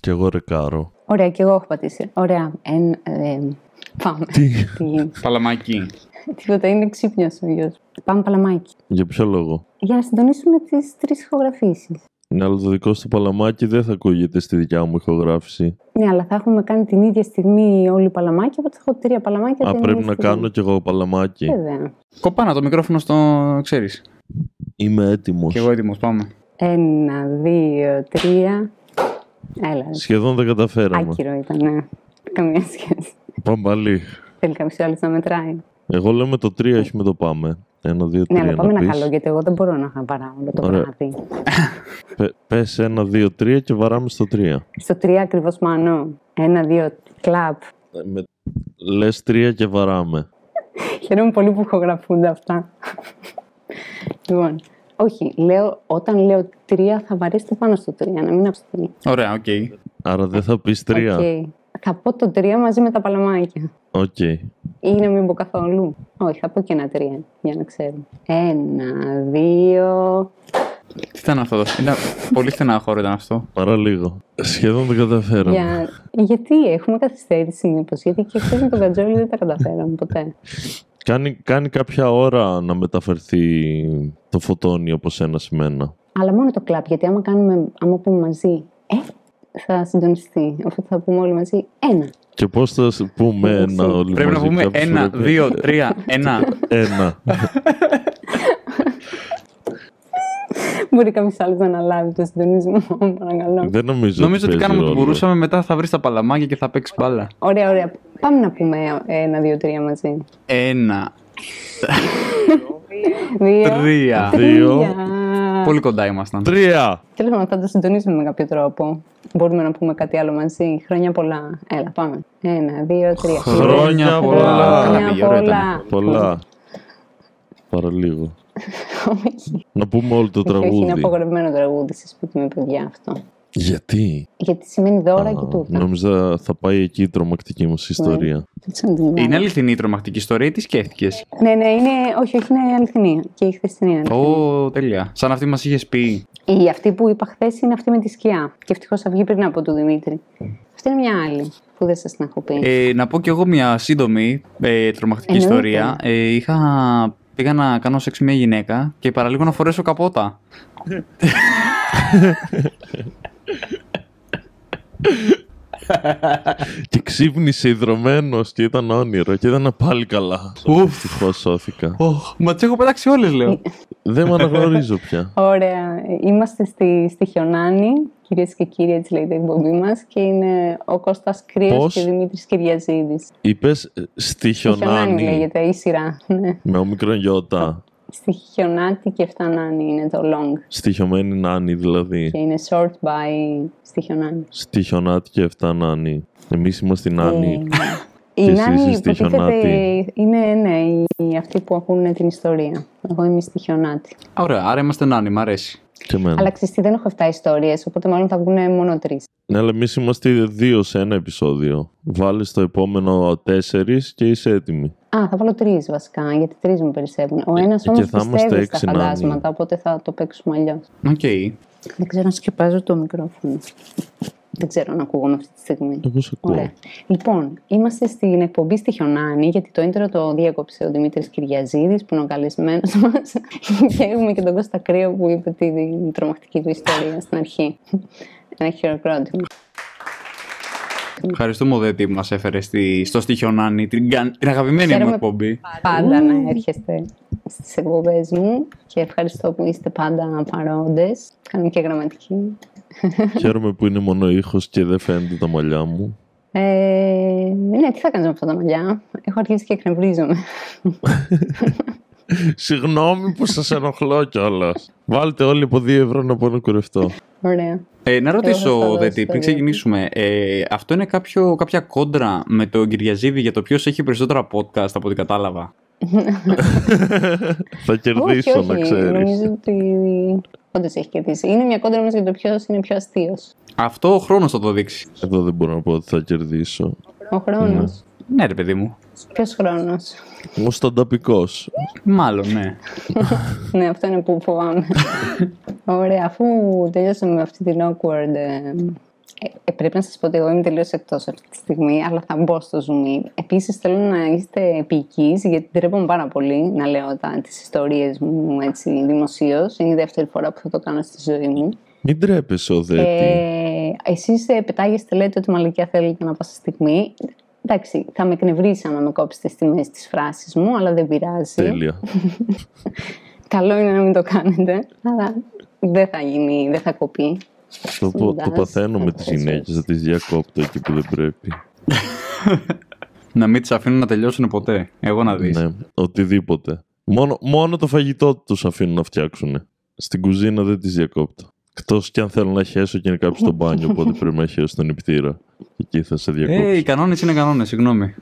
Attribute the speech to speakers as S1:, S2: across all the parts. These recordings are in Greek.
S1: Κι εγώ ρεκάρω.
S2: Ωραία, και εγώ έχω πατήσει. Ωραία. Εν, ε, πάμε.
S1: Τι.
S2: Τι-
S3: Παλαμάκι.
S2: Τίποτα, είναι ξύπνιος ο γιος. Πάμε παλαμάκι.
S1: Για ποιο λόγο.
S2: Για να συντονίσουμε τις τρεις ηχογραφήσεις.
S1: Ναι, αλλά το δικό σου παλαμάκι δεν θα ακούγεται στη δικιά μου ηχογράφηση.
S2: Ναι, αλλά θα έχουμε κάνει την ίδια στιγμή όλοι παλαμάκι, οπότε θα έχω τρία παλαμάκια.
S1: Α,
S2: την
S1: πρέπει
S2: ίδια
S1: να
S2: στιγμή.
S1: κάνω κι εγώ παλαμάκι.
S2: Βέβαια.
S3: Κοπάνα το μικρόφωνο στο ξέρεις.
S1: Είμαι έτοιμος.
S3: Και εγώ έτοιμος, πάμε.
S2: Ένα, δύο, τρία. Έλα. ρε.
S1: Σχεδόν δεν καταφέραμε.
S2: Άκυρο ήταν. ναι. Καμία σχέση.
S1: Πάμε πάλι.
S2: Θέλει κάποιο άλλο να μετράει.
S1: Εγώ λέμε το 3, όχι με το πάμε. Ένα, δύο,
S2: Ναι,
S1: τρία.
S2: αλλά πάμε
S1: να
S2: ένα
S1: πεις.
S2: καλό, γιατί εγώ δεν μπορώ να παρά όλο το
S1: Ωραία.
S2: βράδυ.
S1: Πε- πες ένα, δύο, τρία και βαράμε στο τρία.
S2: Στο τρία ακριβώς μάνο. Ένα, δύο, κλαπ.
S1: Ε, Με... Λες τρία και βαράμε.
S2: Χαίρομαι πολύ που ηχογραφούνται αυτά. λοιπόν, όχι, λέω, όταν λέω τρία θα βαρέσετε πάνω στο τρία, να μην αυστηρεί.
S3: Ωραία, οκ.
S1: Άρα δεν θα πεις τρία.
S2: Οκ. Θα πω το τρία μαζί με τα παλαμάκια.
S1: Οκ.
S2: Ή να μην πω καθόλου. Όχι, θα πω και ένα τρία, για να ξέρω. Ένα, δύο...
S3: Τι ήταν αυτό, εδώ? Ήταν πολύ στενάχωρο ήταν αυτό.
S1: Παρά λίγο. Σχεδόν δεν καταφέραμε.
S2: Για... Γιατί έχουμε καθυστέρηση μήπως, γιατί και χθες με τον Κατζόλη δεν τα καταφέραμε ποτέ.
S1: Κάνει, κάνει κάποια ώρα να μεταφερθεί το φωτόνι όπως ένα σημαίνα.
S2: Αλλά μόνο το κλαπ, γιατί άμα, κάνουμε, άμα πούμε μαζί, ε, θα συντονιστεί. Οπότε θα πούμε όλοι μαζί ένα.
S1: Και πώς θα σ- πούμε ένα όλοι
S3: Πρέπει να
S1: μαζί,
S3: πούμε
S1: κάποιος
S3: ένα,
S1: πρέπει-
S3: δύο, τρία, ένα.
S1: Ένα.
S2: Μπορεί κάποιος άλλος να αναλάβει το συντονισμό, παρακαλώ.
S1: δεν νομίζω
S3: Νομίζω ότι
S1: παίζει
S3: κάνουμε ό,τι
S1: ρόλο.
S3: μπορούσαμε. Μετά θα βρεις τα παλαμάκια και θα παίξεις μπάλα.
S2: Ωραία, ωραία. Πάμε να πούμε ένα, δύο, τρία μαζί.
S3: Ένα,
S2: Δύο.
S3: τρία.
S1: Δύο,
S3: Πολύ κοντά ήμασταν.
S1: τρία.
S2: Τέλος πάντων, θα το συντονίσουμε με κάποιο τρόπο. Μπορούμε να πούμε κάτι άλλο μαζί. Χρόνια πολλά. Έλα, πάμε. Ένα, δύο, τρία.
S1: Χρόνια πολλά.
S2: Χρόνια
S3: Ωραία ήταν.
S2: πολλά.
S1: Πολλά. Παρά λίγο. να πούμε όλο το
S2: Όχι, είναι
S1: τραγούδι.
S2: απογορευμένο τραγούδι σε σπίτι με παιδιά αυτό.
S1: Γιατί.
S2: Γιατί σημαίνει δώρα
S1: Α,
S2: και τούρτα.
S1: νόμιζα θα πάει εκεί η τρομακτική
S2: Ναι.
S1: μας ιστορία.
S2: Έτσι να την λέω.
S3: Είναι αληθινή η τρομακτική ιστορία ή τι σκέφτηκες.
S2: Ναι, ναι, είναι. Όχι, όχι, είναι αληθινή. Και η χθεσινή είναι. αληθινή.
S3: Ω, τέλεια. Σαν αυτή μας είχες πει.
S2: Η αυτή που είπα χθες είναι αυτή με τη σκιά. Και ευτυχώς θα βγει πριν από τον Δημήτρη. Αυτή είναι μια άλλη που δεν σας την έχω πει.
S3: Ε, να πω κι εγώ μια σύντομη ε, τρομακτική
S2: Εννοείται.
S3: ιστορία. Ε, είχα, πήγα να κάνω σεξ με μια γυναίκα και παραλίγο να φορέσω καπότα.
S1: Και ξύπνησε ιδρωμένος και ήταν όνειρο και ήταν πάλι καλά.
S3: Ουφ.
S1: Ευτυχώς σώθηκα.
S3: Ωχ, μα τις έχω πετάξει όλες, λέω.
S1: Δεν με αναγνωρίζω πια.
S2: Ωραία. Ε, Είμαστε στη, στη Χιονάνη, κυρίες και κύριοι, έτσι λέει η εκπομπή μας. Και είναι ο Κώστας Κρύος
S1: Πώς?
S2: και ο Δημήτρης Κυριαζίδης.
S1: Είπες στη
S2: Στη Χιονάνη
S1: χιονάνη
S2: λέγεται, η σειρά. Ναι.
S1: ε, με όμικρον γιώτα.
S2: Στη Χιονάτη και φτανάνη είναι το long.
S1: Στοιχειωμένη νάνη δηλαδή.
S2: Και είναι short by στη Χιονάνη.
S1: Στη χιονάτη και αυτά νάνη. Εμείς είμαστε νάνη.
S2: Ε,
S1: Και
S2: η
S1: εσείς
S2: Νάνη
S1: είστε
S2: υποτίθεται
S1: χιονάτη.
S2: είναι ναι, οι, οι αυτοί που ακούνε την ιστορία. Εγώ είμαι στη Χιονάτη.
S3: Ωραία, άρα είμαστε νάνοι, μ' αρέσει.
S1: Και εμένα.
S2: Αλλά ξέρεις τι, δεν έχω 7 ιστορίες, οπότε μάλλον θα βγουν μόνο τρεις.
S1: Ναι, αλλά εμείς είμαστε δύο σε ένα επεισόδιο. Βάλει το επόμενο τέσσερις και είσαι έτοιμη.
S2: Α, θα βάλω τρεις βασικά, γιατί τρεις μου περισσεύουν. Ο ένα
S1: Ε, και
S2: όμως
S1: θα είμαστε
S2: πιστεύει στα
S1: έξι να είναι.
S2: φαντάσματα, οπότε θα το παίξουμε αλλιώς.
S3: Οκ.
S2: Δεν ξέρω να σκεπάζω το μικρόφωνο. Δεν ξέρω αν ακούγομαι αυτή τη στιγμή.
S1: Εγώ σε ακούω.
S2: Ωραία. Λοιπόν, είμαστε στην εκπομπή στη Χιονάνη, γιατί το intro το διέκοψε ο Δημήτρης Κυριαζίδης, που είναι ο καλεσμένος μας. και έχουμε και τον Κώστα Κρύο που είπε την τρομακτική του ιστορία στην αρχή. Ένα χειροκρότημα.
S3: Ευχαριστούμε, Δέτη, που μας έφερε στη, στο στοιχείο Νάνη, την, καν- την αγαπημένη μου
S2: Χαίρομαι
S3: εκπομπή.
S2: πάντα να έρχεστε στις εκπομπές μου και ευχαριστώ που είστε πάντα παρόντες. Κάνουμε και γραμματική.
S1: Χαίρομαι που είναι μόνο ήχος και δεν φαίνονται τα μαλλιά μου.
S2: Ε, ναι, τι θα κάνεις με αυτά τα μαλλιά. Έχω αρχίσει και εκνευρίζομαι.
S1: Συγγνώμη που σας ενοχλώ κιόλας. Βάλτε όλοι από δύο ευρώ να πω να κουρευτώ.
S2: Ωραία.
S3: Ε, να
S2: Εγώ θα
S3: ρωτήσω,
S2: δώσω
S3: Δέτη,
S2: το
S3: πριν
S2: Δέτη.
S3: ξεκινήσουμε, ε, αυτό είναι κάποιο, κάποια κόντρα με τον Κυριαζίδη για το ποιος έχει περισσότερα podcast από ό,τι κατάλαβα.
S1: Θα κερδίσω να ξέρεις.
S2: Νομίζω ότι όντως έχει κερδίσει. Είναι μια κόντρα μας για το ποιος είναι πιο αστείος.
S3: Αυτό ο χρόνος θα το δείξει.
S1: Εδώ δεν μπορώ να πω ότι θα κερδίσω.
S2: Ο χρόνος.
S3: Ναι, ρε παιδί μου.
S2: Ποιος χρόνος.
S1: Ο στανταπικό.
S3: Μάλλον, ναι.
S2: ναι, αυτό είναι που φοβάμαι. Ωραία, αφού τελειώσαμε με αυτή την awkward ε, Ε, πρέπει να σας πω ότι εγώ είμαι τελείως εκτός αυτή τη στιγμή, αλλά θα μπω στο Zoom. Επίσης, θέλω να είστε επίκη, γιατί τρέπομαι πάρα πολύ να λέω τις ιστορίες μου έτσι δημοσίως. Είναι η δεύτερη φορά που θα το κάνω στη ζωή μου.
S1: Μην τρέπεσαι, Οδέτη.
S2: Ε, Εσείς πετάγεστε, λέτε ότι μαλακιά θέλετε να πάσα στιγμή. Εντάξει, θα με εκνευρίσει αν με κόψετε στη μέση της φράσης μου, αλλά δεν πειράζει.
S1: Τέλεια.
S2: Καλό είναι να μην το κάνετε, αλλά δεν θα γίνει, δεν θα κοπεί.
S1: το, το, το
S2: Συντάς,
S1: παθαίνω με
S2: θα
S1: τις
S2: πέσει.
S1: γυναίκες, θα τις διακόπτω εκεί που δεν πρέπει.
S3: Να μην τις αφήνουν να τελειώσουν ποτέ. Εγώ να δεις.
S1: Ναι, οτιδήποτε. Μόνο, μόνο το φαγητό τους αφήνω να φτιάξουν. Στην κουζίνα δεν τις διακόπτω. Εκτός κι αν θέλω να χέσω και είναι κάποιο στο μπάνιο, οπότε πρέπει να χέσω τον νηπτήρα. Εκεί θα σε διακόψω.
S3: Ε, οι κανόνες είναι κανόνες, συγγνώμη.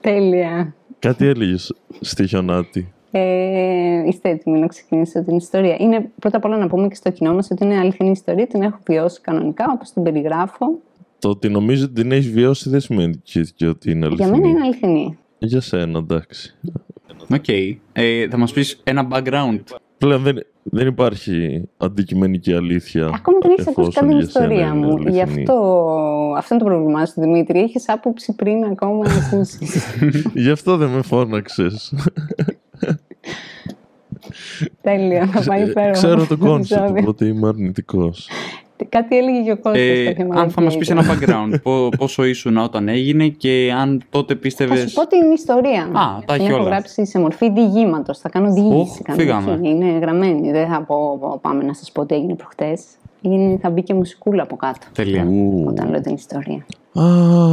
S2: Τέλεια.
S1: Κάτι έλεγες στη Χιονάτη.
S2: Ε, είστε έτοιμοι να ξεκινήσω την ιστορία. Είναι, πρώτα απ' όλα να πούμε και στο κοινό μας ότι είναι αληθινή ιστορία, την έχω βιώσει κανονικά όπως την περιγράφω.
S1: Το ότι νομίζω ότι την έχεις βιώσει δεν σημαίνει και- και ότι είναι αληθινή.
S2: Για μένα είναι αληθινή.
S1: Για σένα, εντάξει.
S3: Οκ. Ε, θα μας πεις ένα background.
S1: Πλέον δεν, δεν υπάρχει αντικειμενική αλήθεια.
S2: Ακόμα δεν έχεις ακούσει
S1: εφόσον
S2: καν την
S1: για σένα
S2: ιστορία
S1: είναι
S2: μου.
S1: αληθινή.
S2: Γι' αυτό, αυτό είναι το πρόβλημά σου, Δημήτρη. Έχεις άποψη πριν ακόμα ακούσει.
S1: Γι' αυτό δεν με φώναξες.
S2: Τέλεια, θα πάει υπέροχα.
S1: Ξέρω το
S2: αυτό
S1: κόνσεπτ,
S2: επεισόδιο.
S1: οπότε είμαι αρνητικός.
S2: Κάτι έλεγε και ο κόσμο.
S3: Ε, αν θα
S2: ναι,
S3: μα πει ένα background, πο- πόσο ήσουν όταν έγινε και αν τότε
S2: Θα
S3: πίστευε.
S2: σου πω την ιστορία.
S3: Α, τα έχει
S2: Την έχω
S3: όλα.
S2: γράψει σε μορφή διηγήματος. Θα κάνω διήγηση.
S3: Οχ, φύγαμε.
S2: Είναι γραμμένη. Δεν θα πω, πω, πάμε να σας πω τι έγινε προχτές. Είναι, θα μπει και μουσικούλα από κάτω.
S1: Ναι.
S3: Τελεία.
S2: Όταν λέω την ιστορία.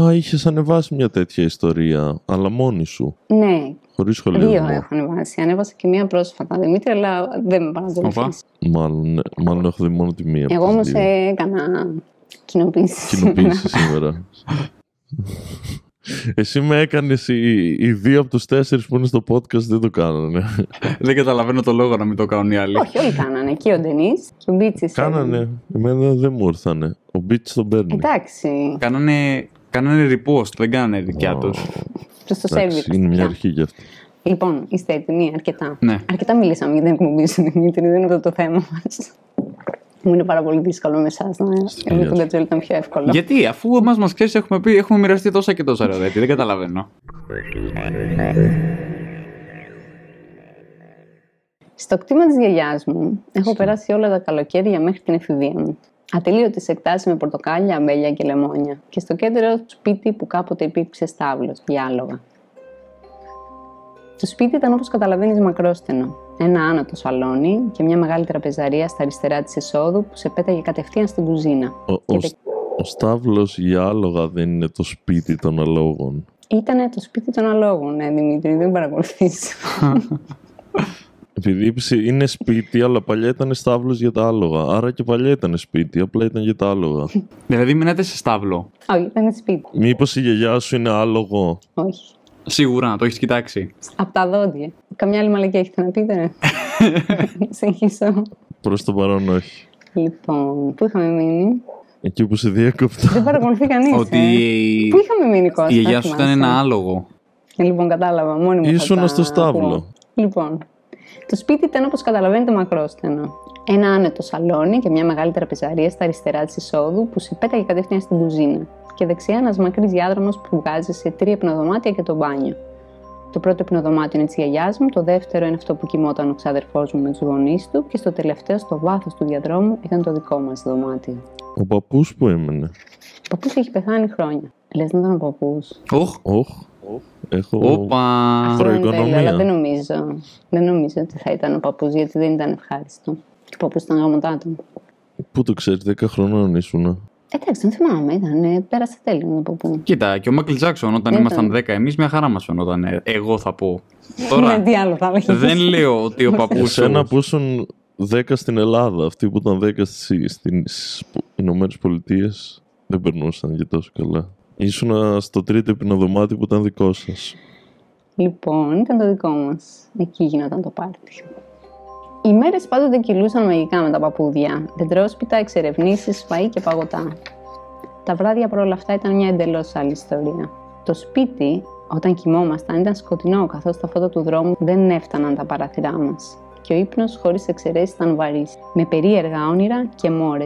S1: Α, είχες ανεβάσει μια τέτοια ιστορία, αλλά μόνη σου.
S2: Ναι,
S1: Χωρί
S2: δύο ε.
S1: σχολείο.
S2: έχω ανεβάσει. Ανέβασα και μία πρόσφατα, Δημήτρη, αλλά δεν με
S3: Οπα.
S2: παρακολουθείς.
S1: Μάλλον, ναι. μάλλον έχω δει μόνο τη μία. από
S2: Εγώ ε,
S1: τις
S2: όμως
S1: δύο.
S2: έκανα κοινοποίηση.
S1: κοινοποίηση σήμερα. Εσύ με έκανες οι, οι δύο από τους τέσσερις που είναι στο podcast δεν το κάνανε.
S3: Δεν καταλαβαίνω το λόγο να μην το κάνουν οι άλλοι.
S2: Όχι, όλοι κάνανε. Και ο Ντενής και ο Μπίτσι.
S1: κάνανε. Εμένα δεν μου ήρθανε. Ο Μπίτ τον
S2: Ε,
S1: παίρνει.
S2: Εντάξει,
S3: Κάνανε, κάνανε repost, δεν κάνανε δικιά τους.
S2: προ το
S1: Εντάξει,
S2: σερβι.
S1: είναι μια αρχή γι' αυτό.
S2: Λοιπόν, είστε έτοιμοι αρκετά.
S3: Ναι.
S2: Αρκετά μιλήσαμε για την εκπομπή σου, Δημήτρη, δεν είναι αυτό το θέμα μας. Μου είναι πάρα πολύ δύσκολο με εσάς να.
S1: Στη
S2: Εγώ
S1: δουλειά
S2: τον
S1: σου.
S2: Κατζόλη ήταν πιο εύκολο.
S3: Γιατί, αφού εμάς μας ξέρεις, έχουμε πει, έχουμε μοιραστεί τόσα και τόσα ρεδέτη. Δεν καταλαβαίνω.
S2: Στο κτήμα της γιαγιάς μου έχω περάσει όλα τα καλοκαίρια μέχρι την εφηβεία μου. Ατελείωτες εκτάσεις με πορτοκάλια, αμπέλια και λεμόνια. Και στο κέντρο σπίτι που κάποτε υπήρξε στάβλος, διάλογα. Το σπίτι ήταν όπως καταλαβαίνεις μακρόστενο. Ένα άνατο σαλόνι και μια μεγάλη τραπεζαρία στα αριστερά της εσόδου που σε πέταγε κατευθείαν στην κουζίνα.
S1: Ο, ο, ο Σταύλο για άλογα δεν είναι το σπίτι των αλόγων.
S2: Ήταν το σπίτι των αλόγων, ναι, Δημήτρη, δεν παρακολουθείς.
S1: Επειδή είπες, είναι σπίτι, αλλά παλιά ήταν στάβλος για τα άλογα. Άρα και παλιά ήταν σπίτι, απλά ήταν για τα άλογα.
S3: Δηλαδή, μείνατε σε στάβλο.
S2: Όχι, ήταν σπίτι.
S1: Μήπως η γιαγιά σου είναι άλογο.
S2: Όχι.
S3: Σίγουρα, το έχεις κοιτάξει.
S2: Από τα δόντια. Καμιά άλλη μαλακιά έχετε να πείτε, ρε. Να Συνεχίσω.
S1: Προς το παρόν, όχι.
S2: Λοιπόν, πού είχαμε μείνει.
S1: Εκεί που σε διέκοπτα.
S2: Δεν παρακολουθεί κανείς.
S3: Ότι
S2: Ε, ναι. Πού είχαμε μείνει, Κώστα.
S3: η γιαγιά σου
S2: θυμάσαι?
S3: ήταν ένα άλογο.
S2: Λοιπόν, κατάλαβα. Μόνη μου. θα
S1: Ήσουνα
S2: τα
S1: στο στάβλο.
S2: ακούω. Λοιπόν, το σπίτι ήταν όπως καταλαβαίνετε μακρόστενο. Ένα άνετο σαλόνι και μια μεγάλη τραπεζαρία στα αριστερά της εισόδου που σε πέταγε κατευθείαν στην κουζίνα. Και δεξιά ένας μακρύς διάδρομος που βγάζει σε τρία πνοδωμάτια και το μπάνιο. Το πρώτο πνοδωμάτιο είναι της γιαγιάς μου, το δεύτερο είναι αυτό που κοιμόταν ο ξάδερφό μου με τους γονείς του και στο τελευταίο, στο βάθος του διαδρόμου, ήταν το δικό μας δωμάτιο.
S1: Ο παππούς που έμενε.
S2: Ο παππούς έχει πεθάνει χρόνια. Λες να ήταν ο παππούς.
S3: Οχ,
S1: Όχ. Έχω.
S3: όπα.
S2: Αυτό είναι
S1: Προοικονομία.
S2: τέλειο, Αλλά δεν νομίζω, δεν νομίζω ότι θα ήταν ο παππούς, γιατί δεν ήταν ευχάριστο. Και ο παππούς ήταν γαμωτά του.
S1: Πού το ξέρεις, 10 χρονών ήσουν.
S2: Εντάξει, δεν θυμάμαι, ήταν, ε, πέρασε τέλειο με τον παππού.
S3: Κοίτα, και ο Μάικλ Τζάξον όταν
S2: Ναι, Ήταν.
S3: ήμασταν 10, εμείς μια χαρά μας φαινόταν. ε, Εγώ θα πω. Τώρα,
S2: Ναι, τι άλλο θα έλεγε.
S3: δεν λέω ότι ο παππούς σου.
S1: Εσένα που ήσουν 10 στην Ελλάδα, αυτοί που ήταν 10 στι Ηνωμένες Πολιτείες δεν περνούσαν και τόσο καλά. Ήσουν στο τρίτο υπνοδωμάτιο που ήταν δικό σας.
S2: Λοιπόν, ήταν το δικό μας. Εκεί γινόταν το πάρτι. Οι μέρες πάντοτε κυλούσαν μαγικά με τα παππούδια. Δεντρόσπιτα, εξερευνήσεις, φαΐ και παγωτά. Τα βράδια παρόλα αυτά ήταν μια εντελώς άλλη ιστορία. Το σπίτι, όταν κοιμόμασταν, ήταν σκοτεινό, καθώς τα φώτα του δρόμου δεν έφταναν τα παράθυρά μας. Και ο ύπνος, χωρίς εξαιρέσεις, ήταν βαρύς, με περίεργα όνειρα και μόρες.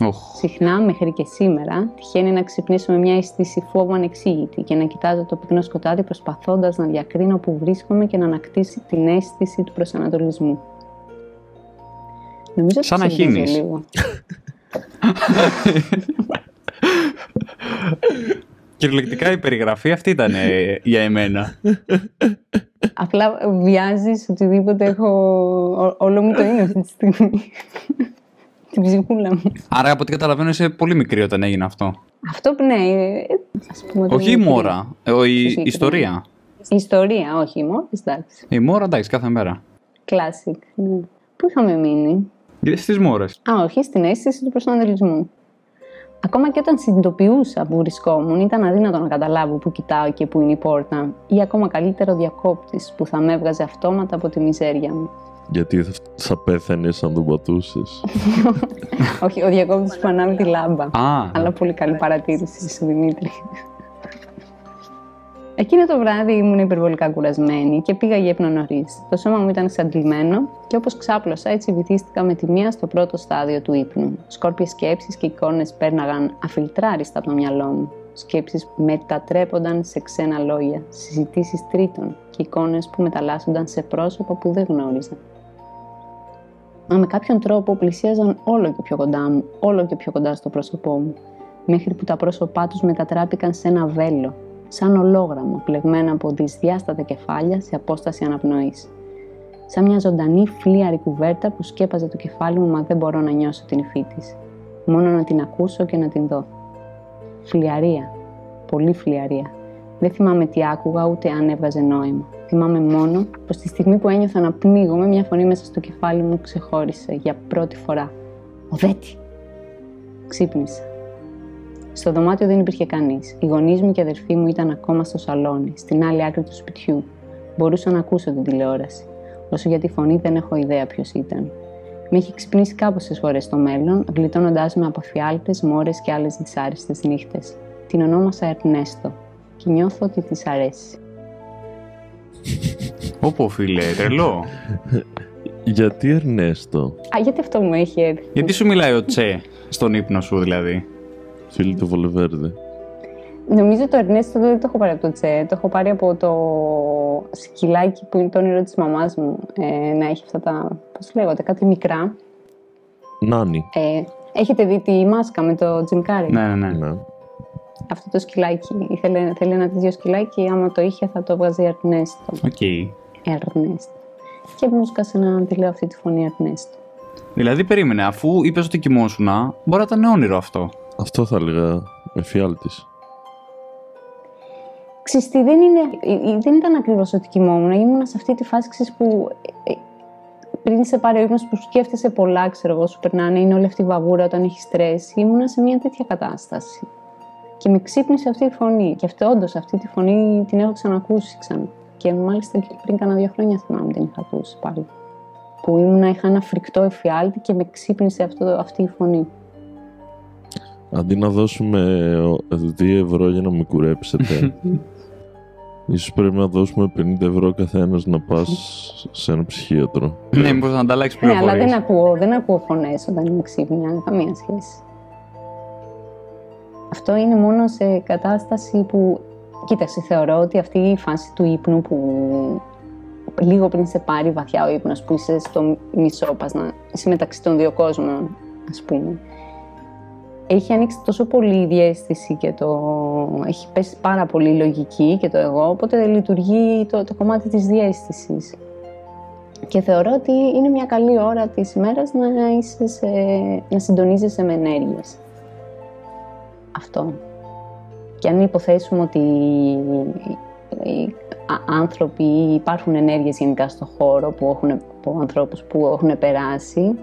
S3: Οχ.
S2: Συχνά μέχρι και σήμερα τυχαίνει να ξυπνήσω με μια αίσθηση φόβου ανεξήγητη και να κοιτάζω το πυκνό σκοτάδι προσπαθώντας να διακρίνω που βρίσκομαι και να ανακτήσει την αίσθηση του προσανατολισμού. Νομίζω ότι
S3: Σαν να
S2: συμβίζω
S3: χύνεις.
S2: λίγο.
S3: Κυριολεκτικά η περιγραφή αυτή ήταν ε, για εμένα.
S2: Απλά βιάζεις οτιδήποτε έχω... ό- Όλο μου το είναι αυτή τη στιγμή. την ψυχούλα μου.
S3: Άρα από ό,τι καταλαβαίνω είσαι πολύ μικρή όταν έγινε αυτό.
S2: Αυτό που, ναι, ε, ας πούμε... ότι
S3: Όχι η
S2: είναι
S3: μόρα, ε, ο- η
S2: Συγκεκριμένα.
S3: ιστορία.
S2: Η ιστορία, όχι η μόρφη, εντάξει.
S3: Η μόρα εντάξει κάθε μέρα.
S2: Classic. ναι. Πού είχαμε μείνει.
S3: Στις μόρες.
S2: Α, όχι, στην αίσθηση του προσανατολισμού. Ακόμα και όταν συνειδητοποιούσα που βρισκόμουν, ήταν αδύνατο να καταλάβω που κοιτάω και που είναι η πόρτα, ή ακόμα καλύτερο διακόπτης που θα με έβγαζε αυτόματα από τη μιζέρια μου.
S1: Γιατί θα, θα πέθανε αν τον πατούσες.
S2: όχι, ο διακόπτης που ανάβει τη λάμπα.
S3: Α,
S2: Αλλά πολύ καλή παρατήρηση εσύ, Δημήτρη. Εκείνο το βράδυ ήμουν υπερβολικά κουρασμένη και πήγα για ύπνο νωρίς. Το σώμα μου ήταν εξαντλημένο και όπως ξάπλωσα, έτσι βυθίστηκα με τη μία στο πρώτο στάδιο του ύπνου. Σκόρπιες σκέψεις και εικόνες πέρναγαν αφιλτράριστα από το μυαλό μου. Σκέψεις που μετατρέπονταν σε ξένα λόγια, συζητήσεις τρίτων και εικόνες που μεταλλάσσονταν σε πρόσωπα που δεν γνώριζα. Μα με κάποιον τρόπο πλησίαζαν όλο και πιο κοντά μου, όλο και πιο κοντά στο πρόσωπό μου, μέχρι που τα πρόσωπά τους μετατράπηκαν σε ένα βέλο, σαν ολόγραμμα πλεγμένα από δυσδιάστατα κεφάλια σε απόσταση αναπνοής. Σαν μια ζωντανή φλίαρη κουβέρτα που σκέπαζε το κεφάλι μου, μα δεν μπορώ να νιώσω την υφή της. Μόνο να την ακούσω και να την δω. Φλιαρία. Πολύ φλιαρία. Δεν θυμάμαι τι άκουγα ούτε αν έβγαζε νόημα. Θυμάμαι μόνο πως τη στιγμή που ένιωθα να πνίγομαι, μια φωνή μέσα στο κεφάλι μου ξεχώρισε για πρώτη φορά. Οδέτη! Ξύπνησα. Στο δωμάτιο δεν υπήρχε κανείς. Οι γονείς μου και αδερφοί μου ήταν ακόμα στο σαλόνι, στην άλλη άκρη του σπιτιού. Μπορούσα να ακούσω την τηλεόραση. Όσο για τη φωνή δεν έχω ιδέα ποιος ήταν. Με έχει ξυπνήσει κάπωσε φορές στο μέλλον, γλιτώνοντάς με από φιάλτε, μόρες και άλλες δυσάρεστες νύχτες. Την ονόμασα Ερνέστο και νιώθω ότι της αρέσει.
S3: Όπω φίλε, τρελό.
S1: Γιατί Ερνέστο,
S2: Α, γιατί αυτό μου έχει έρθει.
S3: Γιατί σου μιλάει ο Τσε στον ύπνο σου δηλαδή.
S1: φίλοι του Βολεβέρδη.
S2: Νομίζω το Ερνέστο δεν το έχω πάρει από το Τσε. Το έχω πάρει από το σκυλάκι που είναι το όνειρο της μαμάς μου. Ε, να έχει αυτά τα. Πώς λέγονται, κάτι μικρά.
S1: Νάνι.
S2: Ε, έχετε δει τη μάσκα με το τζιμκάρι.
S3: Ναι, ναι, ναι.
S1: Ναι.
S2: Αυτό το σκυλάκι. Ήθελε, θέλει ένα τέτοιο σκυλάκι. Άμα το είχε, θα το βγάζει Ερνέστο.
S3: Οκ.
S2: Ερνέστο. Και μου σκάσε να τη λέω αυτή τη φωνή Ερνέστο.
S3: Δηλαδή περίμενε, αφού είπες ότι κοιμόσουν, μπορεί να ήταν όνειρο αυτό.
S1: Αυτό θα έλεγα. Εφιάλτη.
S2: Ξέρεις τι, δεν, είναι, ε, ε, δεν ήταν ακριβώς ότι κοιμόμουν. Ήμουνα σε αυτή τη φάση ξέρεις, που ε, ε, πριν σε πάρει ο ύπνος που σκέφτεσαι πολλά, ξέρω εγώ, σου περνάνε, είναι όλη αυτή η βαβούρα όταν έχεις στρες. Ήμουνα σε μια τέτοια κατάσταση. Και με ξύπνησε αυτή η φωνή. Και αυτό, όντως, αυτή τη φωνή την έχω ξανακούσει ξανά. Και μάλιστα και πριν κάνα δύο χρόνια θυμάμαι την είχα ακούσει πάλι. Που ήμουνα, είχα ένα φρικτό εφιάλτη και με ξύπνησε αυτό, αυτή η φωνή.
S1: Αντί να δώσουμε 2 ευρώ για να με κουρέψετε, ίσως πρέπει να δώσουμε 50 ευρώ καθένας να πας σε ένα ψυχίατρο.
S3: Ναι, μήπως να ανταλλάξεις
S2: Ναι, αλλά
S3: πληροφορίες.
S2: δεν ακούω, δεν ακούω φωνές όταν είμαι ξύπνια. Καμία σχέση. Αυτό είναι μόνο σε κατάσταση που. Κοίταξε, θεωρώ ότι αυτή η φάση του ύπνου που λίγο πριν σε πάρει βαθιά ο ύπνος που είσαι στο μισό πας να είσαι μεταξύ των δύο κόσμων, ας πούμε. Έχει ανοίξει τόσο πολύ η διέστηση και το... έχει πέσει πάρα πολύ η λογική και το εγώ, οπότε λειτουργεί το, το κομμάτι της διέστησης. Και θεωρώ ότι είναι μια καλή ώρα της ημέρας να, είσαι σε, να συντονίζεσαι με ενέργειες. Αυτό. Και αν υποθέσουμε ότι οι α- άνθρωποι ή υπάρχουν ενέργειες γενικά στον χώρο που έχουν, από ανθρώπους που έχουν περάσει,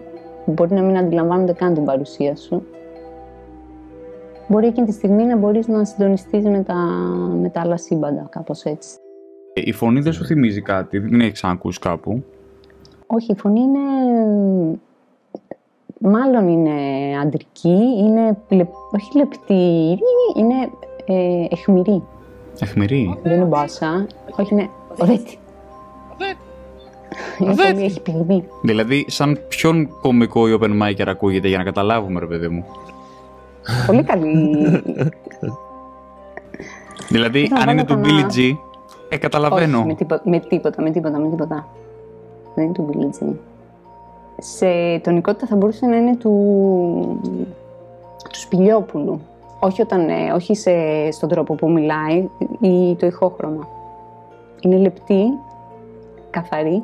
S2: μπορεί να μην αντιλαμβάνονται καν την παρουσία σου. Μπορεί εκείνη τη στιγμή να μπορείς να συντονιστείς με τα, με τα άλλα σύμπαντα, κάπως έτσι.
S3: Ε, Η φωνή δεν σου θυμίζει κάτι, δεν την έχεις ξανακούσει κάπου.
S2: Όχι, η φωνή είναι... Μάλλον είναι αντρική, είναι λεπ... όχι λεπτή, είναι ε, εχμηρή.
S3: Εχμηρή.
S2: Δεν είναι μπάσα. Όχι, είναι οδέτη. Είναι
S3: Δεν-
S2: πολύ έχει πυγμή.
S3: Δηλαδή, σαν ποιον κωμικό ή open micer ακούγεται για να καταλάβουμε, ρε παιδί μου.
S2: Πολύ καλή.
S3: Δηλαδή,
S2: Να
S3: αν είναι του
S2: βάλω
S3: Billy
S2: κανένα-
S3: G, ε,
S2: Όχι,
S3: καταλαβαίνω.
S2: με, τίπο- με τίποτα, με τίποτα, με τίποτα. Δεν είναι του Billie Jean. Σε τονικότητα θα μπορούσε να είναι του, του Σπηλιόπουλου. Όχι, όταν, ε, όχι σε, στον τρόπο που μιλάει ή το ηχόχρωμα. Είναι λεπτή, καθαρή.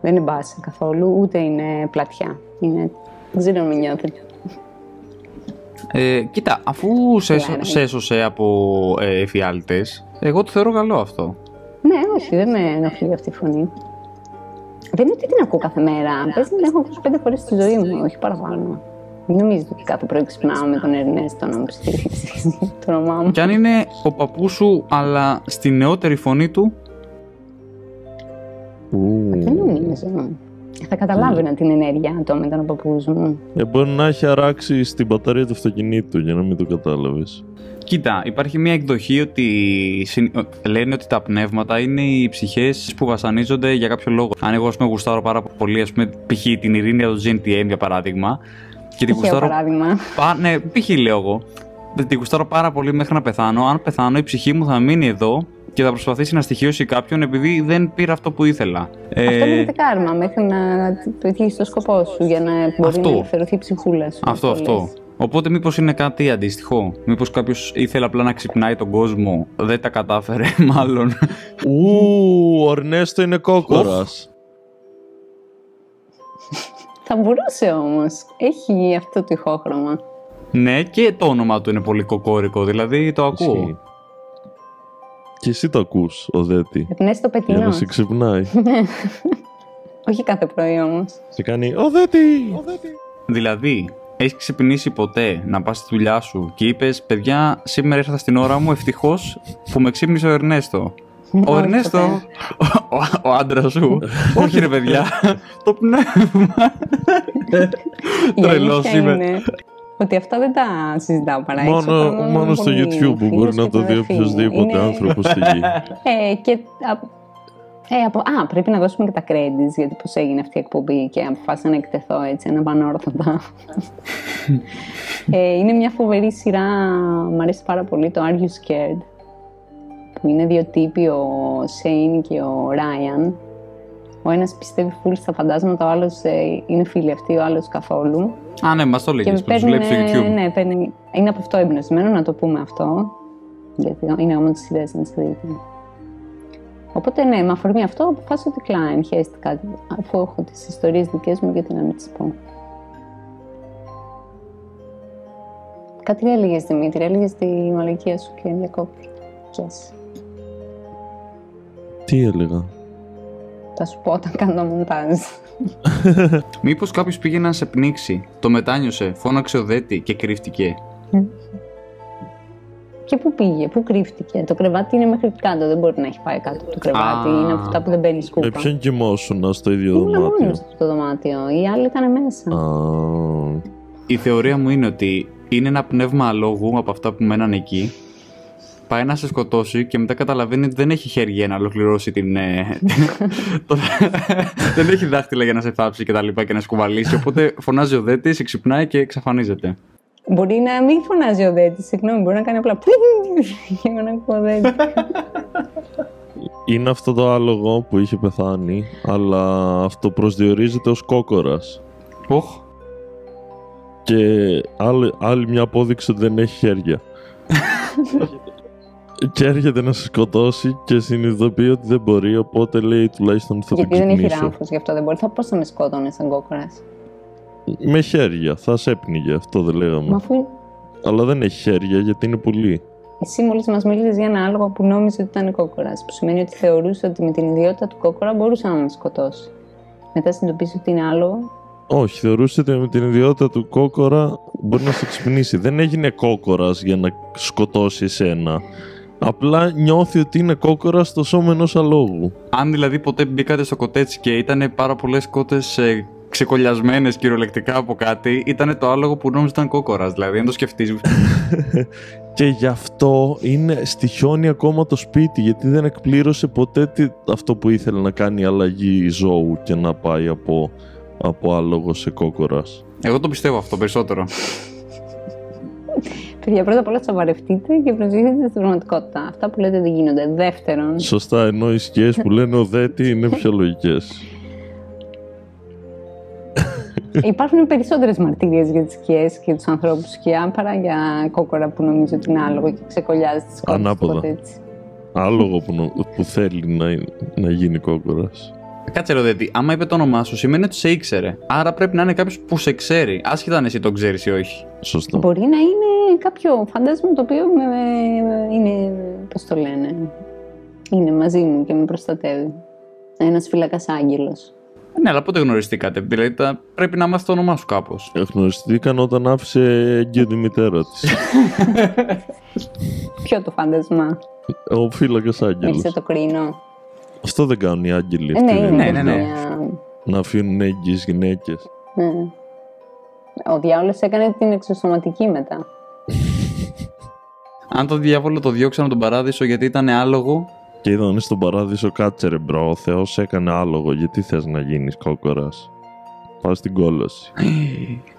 S2: Δεν είναι μπάσα καθόλου, ούτε είναι πλατιά. Είναι, δεν ξέρω με νιώθει.
S3: Ε, κοίτα, αφού σε,
S2: Έλα,
S3: έσω-
S2: ρε.
S3: σε έσωσε από ε, εφιάλτες, εγώ το θεωρώ καλό αυτό.
S2: Ναι, όχι, δεν με ενοχλεί αυτή η φωνή. Δεν είναι ότι την ακούω κάθε μέρα. Πες μου, την έχω ακούσει πέντε φορές στη ζωή μου, όχι παραπάνω. Μην νομίζετε ότι κάθε πρωί ξυπνάω με τον Ερνέστο να μου ψηφίσει το όνομά μου.
S3: Κι αν είναι ο παππούς σου, αλλά στη νεότερη φωνή του,
S1: Ου.
S2: Δεν νομίζω. Θα καταλάβαινα την ενέργειά του με τον παππούς μου.
S1: Ε, μπορεί να έχει αράξει στην μπαταρία του αυτοκινήτου για να μην το κατάλαβες.
S3: Κοίτα, υπάρχει μια εκδοχή ότι συν- ο- λένε ότι τα πνεύματα είναι οι ψυχές που βασανίζονται για κάποιο λόγο. Αν εγώ, ας πούμε, γουστάρω πάρα πολύ, ας πούμε, π.χ. την ειρήνη από το GNTM για παράδειγμα, και την
S2: Τυχαίο
S3: γουστάρω.
S2: παράδειγμα.
S3: Πα, ναι, π.χ. λέω εγώ. Δεν Την γουστάρω πάρα πολύ μέχρι να πεθάνω. Αν πεθάνω, η ψυχή μου θα μείνει εδώ και θα προσπαθήσει να στοιχειώσει κάποιον επειδή δεν πήρα αυτό που ήθελα.
S2: Αυτό
S3: Ε,
S2: λέγεται κάρμα, μέχρι να πετύχει το σκοπό σου για να μπορεί
S3: Αυτό.
S2: να ελευθερωθεί η ψυχούλα σου.
S3: Αυτό,
S2: το
S3: αυτό.
S2: λες.
S3: Οπότε μήπως είναι κάτι αντίστοιχο. Μήπως κάποιος ήθελε απλά να ξυπνάει τον κόσμο. Δεν τα κατάφερε μάλλον.
S1: Ου, ο Ερνέστο είναι κόκορας.
S2: Θα μπορούσε όμως. Έχει αυτό το ηχόχρωμα.
S3: ναι, και το όνομα του είναι πολύ κοκόρικο, δηλαδή το ακούω.
S1: Και εσύ το ακούς, ο Δέτη.
S2: Ερνέστο
S1: Για να
S2: πετεινό.
S1: σε ξυπνάει.
S2: Όχι κάθε πρωί όμως.
S1: σε κάνει. Ο Δέτη!
S3: δηλαδή, έχεις ξυπνήσει ποτέ να πας στη δουλειά σου και είπες «Παιδιά, σήμερα ήρθα στην ώρα μου, ευτυχώς που με ξύπνησε ο Ερνέστο». Ο
S2: Όχι,
S3: Ερνέστο,
S2: ποτέ.
S3: ο, ο άντρας σου. Όχι ρε παιδιά, το πνεύμα.
S2: Η
S3: Τρελός
S2: αλήθεια
S3: είμαι.
S2: είναι Ότι αυτά δεν τα συζητάω παρά έξω,
S1: Μόνο,
S2: παρά
S1: μόνο στο
S2: πολύ
S1: YouTube που
S2: φίλος
S1: μπορεί
S2: και
S1: να το δει
S2: αδερφοί μου.
S1: οποιοδήποτε
S2: Είναι-
S1: άνθρωπο στη γη.
S2: Ε, και, α, ε, από, α, πρέπει να δώσουμε και τα credits γιατί πώς έγινε αυτή η εκπομπή και αποφάσισα να εκτεθώ έτσι αναπανόρθωτα. ε, είναι μια φοβερή σειρά, μου αρέσει πάρα πολύ το Are You Scared που είναι δύο τύποι, ο Σέιν και ο Ράιαν. Ο ένας πιστεύει full στα φαντάσματα, ο άλλος ε, είναι φίλοι αυτοί, ο άλλος καθόλου.
S3: Α, ναι, μας το έλεγε που τους
S2: παίρνουνε-
S3: βλέπεις στο YouTube.
S2: Ναι, παίρνει- είναι από αυτό εμπνευσμένο, να το πούμε αυτό. Γιατί είναι όμως τις ιδέες μας το ίδιο. Οπότε ναι, με αφορμή αυτό αποφάσισα ότι κλάιν χαίστηκα, αφού έχω τις ιστορίες δικές μου, γιατί να μην τις πω. Κάτι έλεγες Δημήτρη, έλεγες τη μαλακία σου και διακόπτη. Yes.
S1: Τι έλεγα.
S2: Θα σου πω όταν κάνω μοντάζ.
S3: Μήπως κάποιος πήγε να σε πνίξει, το μετάνιωσε, φώναξε ο δέτη και κρύφτηκε.
S2: Και πού πήγε, πού κρύφτηκε. Το κρεβάτι είναι μέχρι κάτω, δεν μπορεί να έχει πάει κάτω από το κρεβάτι.
S3: Α.
S2: Είναι από αυτά που δεν μπαίνει
S1: Ε,
S2: σκούπα.
S1: ποιον κοιμόσουνα στο ίδιο
S2: Ήμουν
S1: δωμάτιο.
S2: μόνο στο δωμάτιο. Οι άλλοι ήταν μέσα.
S1: Α,
S3: Η θεωρία μου είναι ότι είναι ένα πνεύμα αλόγου από αυτά που μέναν εκεί. Πάει να σε σκοτώσει και μετά καταλαβαίνει ότι δεν έχει χέρια να ολοκληρώσει την. ε, το- δεν έχει δάχτυλα για να σε θάψει και τα λοιπά και να σκουβαλίσει. Οπότε φωνάζει ο δέτης, σε ξυπνάει και εξαφανίζεται.
S2: Μπορεί να μην φωνάζει ο Δέτης, συγγνώμη, μπορεί να κάνει απλά. και εγώ να ακούω Δέτης.
S1: Είναι αυτό το άλογο που είχε πεθάνει, αλλά αυτό προσδιορίζεται ως κόκορας.
S3: Οχ.
S1: Και άλλη, άλλη μια απόδειξη ότι δεν έχει χέρια. και έρχεται να σε σκοτώσει και συνειδητοποιεί ότι δεν μπορεί, οπότε λέει τουλάχιστον θα τον
S2: Γιατί δεν έχει
S1: ξυπνήσω.
S2: ράμφος, γι' αυτό δεν μπορεί. Θα πώς θα με σκότωνες σαν κόκορας.
S1: Με χέρια, θα σε έπνιγε, αυτό δεν λέγαμε.
S2: Μα αφού
S1: Αλλά δεν έχει χέρια γιατί είναι πουλί.
S2: εσύ μόλις μας μίλησες για ένα άλογο που νόμιζε ότι ήταν κόκορας, που σημαίνει ότι θεωρούσε ότι με την ιδιότητα του κόκορα μπορούσε να με σκοτώσει. Μετά συνειδητοποίησε ότι είναι άλογο.
S1: Όχι, θεωρούσε ότι με την ιδιότητα του κόκορα μπορεί να σε ξυπνήσει. Δεν έγινε κόκορας για να σκοτώσει σένα. Απλά νιώθει ότι είναι κόκορα στο σώμα ενός αλόγου.
S3: Αν δηλαδή ποτέ μπήκατε στο κοτέτσι και ήταν πάρα πολλές κότες ξεκολλιασμένες κυριολεκτικά από κάτι, ήταν το άλογο που νόμιζε ήταν κόκορας. Δηλαδή, αν το σκεφτείς.
S1: Και γι' αυτό είναι, στοιχιώνει ακόμα το σπίτι, γιατί δεν εκπλήρωσε ποτέ τι, αυτό που ήθελε να κάνει η αλλαγή ζώου και να πάει από, από άλογο σε κόκορας.
S3: Εγώ το πιστεύω αυτό περισσότερο.
S2: Παιδιά, πρώτα απ' όλα σοβαρευτείτε και προσδίδετε στην πραγματικότητα. Αυτά που λέτε δεν γίνονται. Δεύτερον,
S1: Σωστά, ενώ οι σκιές που λένε ο δέτη είναι πιο λογικές.
S2: υπάρχουν περισσότερες μαρτυρίες για τις σκιές και τους ανθρώπους σκιά παρά για κόκορα που νομίζω ότι είναι άλογο και ξεκολλιάζει τι κόρε.
S1: Ανάποδα. Άλογο που, νο- που θέλει να, να γίνει κόκορας.
S3: Κάτσε ρε Δέντη, άμα είπε το όνομά σου σημαίνει ότι σε ήξερε. Άρα πρέπει να είναι κάποιος που σε ξέρει, άσχετα αν εσύ τον ξέρεις ή όχι.
S1: Σωστά.
S2: Μπορεί να είναι κάποιο φαντάσμα το οποίο με, με- είναι. Πώς το λένε. Είναι μαζί μου και με προστατεύει. Ένας φύλακα άγγελος.
S3: Ναι, αλλά πότε γνωριστήκατε. Δηλαδή τα- πρέπει να μάθει το όνομά σου κάπως.
S1: Γνωριστήκαν όταν άφησε έγκυο τη μητέρα της.
S2: Ποιο το φάντασμα,
S1: Ο φύλακας άγγελος.
S2: Έχετε το κρίνο.
S1: Αυτό δεν κάνουν οι άγγελοι.
S2: Ε, ναι,
S1: αυτοί,
S2: είναι
S3: ναι,
S2: μια-
S3: ναι.
S1: Να αφήνουν έγκυες γυναίκες.
S2: ναι. Ο διάολος έκανε την εξωσωματική μετά.
S3: Αν τον διάβολο το διώξαν από τον παράδεισο γιατί ήταν άλογο,
S1: Και είδαν στον παράδεισο κάτσε ρε μπρο, ο Θεός έκανε άλογο, γιατί θες να γίνεις κόκορας. Πας στην κόλαση.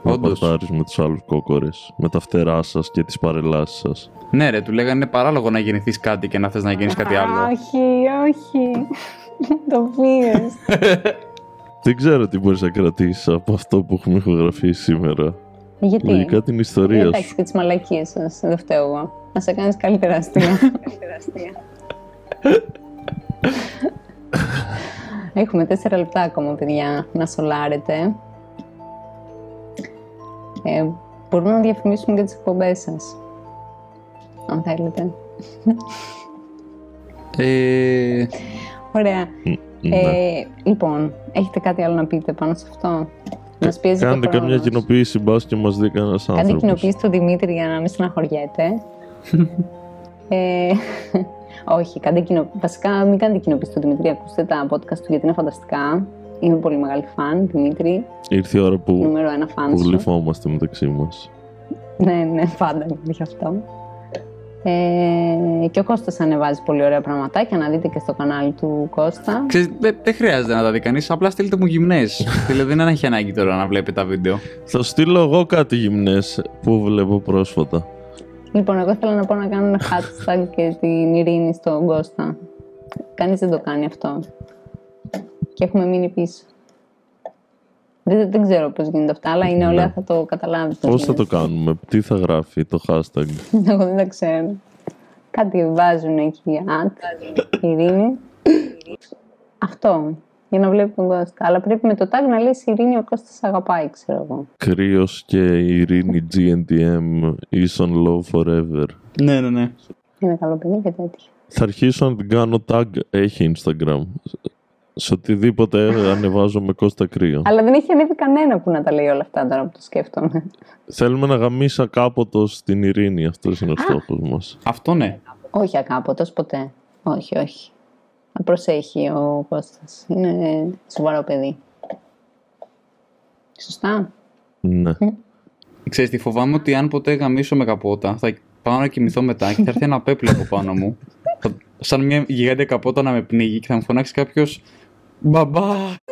S1: Να
S3: όντω.
S1: παρτάρεις με τους άλλους κόκορες, με τα φτερά σας και τις παρελάσεις σας.
S3: Ναι, ρε, του λέγανε είναι παράλογο να γεννηθείς κάτι και να θες να γίνεις κάτι άλλο.
S2: Όχι, όχι. το πήρες.
S1: Δεν ξέρω τι μπορείς να κρατήσεις από αυτό που έχουμε ηχογραφήσει σήμερα.
S2: Γιατί.
S1: Λογικά την
S2: Ε,
S1: ιστορία
S2: Εντάξει
S1: σου.
S2: και τις μαλακίες σας, δεν φταίω εγώ. Να σε κάνεις καλύτερα αστεία. Έχουμε τέσσερα λεπτά ακόμα, παιδιά, να σολάρετε. Ε, μπορούμε να διαφημίσουμε και τις εκπομπές σας. Αν θέλετε.
S3: Ε,
S2: Ωραία.
S1: Ναι.
S2: Ε, λοιπόν, έχετε κάτι άλλο να πείτε πάνω σε αυτό. Μας πιέζει
S1: Κάντε
S2: και ο
S1: καμιά
S2: χρόνος.
S1: κοινοποίηση, μπας και μας δει κανένας
S2: Κάντε
S1: άνθρωπος.
S2: κοινοποίηση του Δημήτρη για να μην στεναχωριέται. ε, όχι, κάντε κοινο... βασικά μην κάνετε κοινοποίηση του Δημήτρη. Ακούστε τα podcast του γιατί είναι φανταστικά. Είμαι πολύ μεγάλη φαν, Δημήτρη.
S1: Ήρθε η ώρα που,
S2: Νούμερο ένα φαν
S1: που
S2: σου.
S1: γλυφόμαστε μεταξύ μας.
S2: Ναι, ναι, πάντα γι' αυτό. Ε, και ο Κώστας ανεβάζει πολύ ωραία πραγματάκια, να δείτε και στο κανάλι του Κώστα.
S3: ξέρεις, δεν δεν χρειάζεται να τα δει κανείς, απλά στείλτε μου γυμνές. δηλαδή δεν έχει ανάγκη τώρα να βλέπει τα βίντεο.
S1: Θα στείλω εγώ κάτι γυμνές που βλέπω πρόσφατα.
S2: Λοιπόν, εγώ ήθελα να πω να κάνω ένα hashtag και την ειρήνη στον Κώστα. Κανείς δεν το κάνει αυτό. Και έχουμε μείνει πίσω. Δεν, δεν ξέρω πώς γίνεται αυτά, αλλά η νεολαία
S1: Ναι.
S2: θα το καταλάβεις.
S1: Πώς θα το κάνουμε, τι θα γράφει το hashtag.
S2: κάνω. Εγώ δεν τα ξέρω. Κάτι βάζουν εκεί, ατ, ειρήνη. αυτό, για να βλέπει τον Κώστας. Αλλά πρέπει με το tag να λες ειρήνη ο Κώστας αγαπάει, ξέρω εγώ.
S1: Κρύος και ειρήνη GNTM is on love forever.
S3: Ναι, ναι, ναι.
S2: Είναι καλό παιδί και τέτοιο.
S1: Θα αρχίσω να την κάνω tag. Έχει Instagram. Σε οτιδήποτε ανεβάζω με Κώστα Κρύο.
S2: Αλλά δεν έχει ανέβει κανένα που να τα λέει όλα αυτά τώρα που το σκέφτομαι.
S1: Θέλουμε να γαμίσα κάποτε στην ειρήνη. Αυτός είναι ο στόχος μας.
S3: Αυτό ναι.
S2: Όχι ακάποτος ποτέ. Όχι, όχι. Να προσέχει ο Κώστας. Είναι σοβαρό παιδί. Σωστά.
S1: Ναι.
S3: Ξέρεις τι, φοβάμαι ότι αν ποτέ γαμίσω με καπότα, θα πάω να κοιμηθώ μετά και θα έρθει ένα πέπλο από πάνω μου. Θα- σαν μια γιγάντια καπότα να με πνίγει και θα μου φωνάξει κάποιος. Μπαμπά!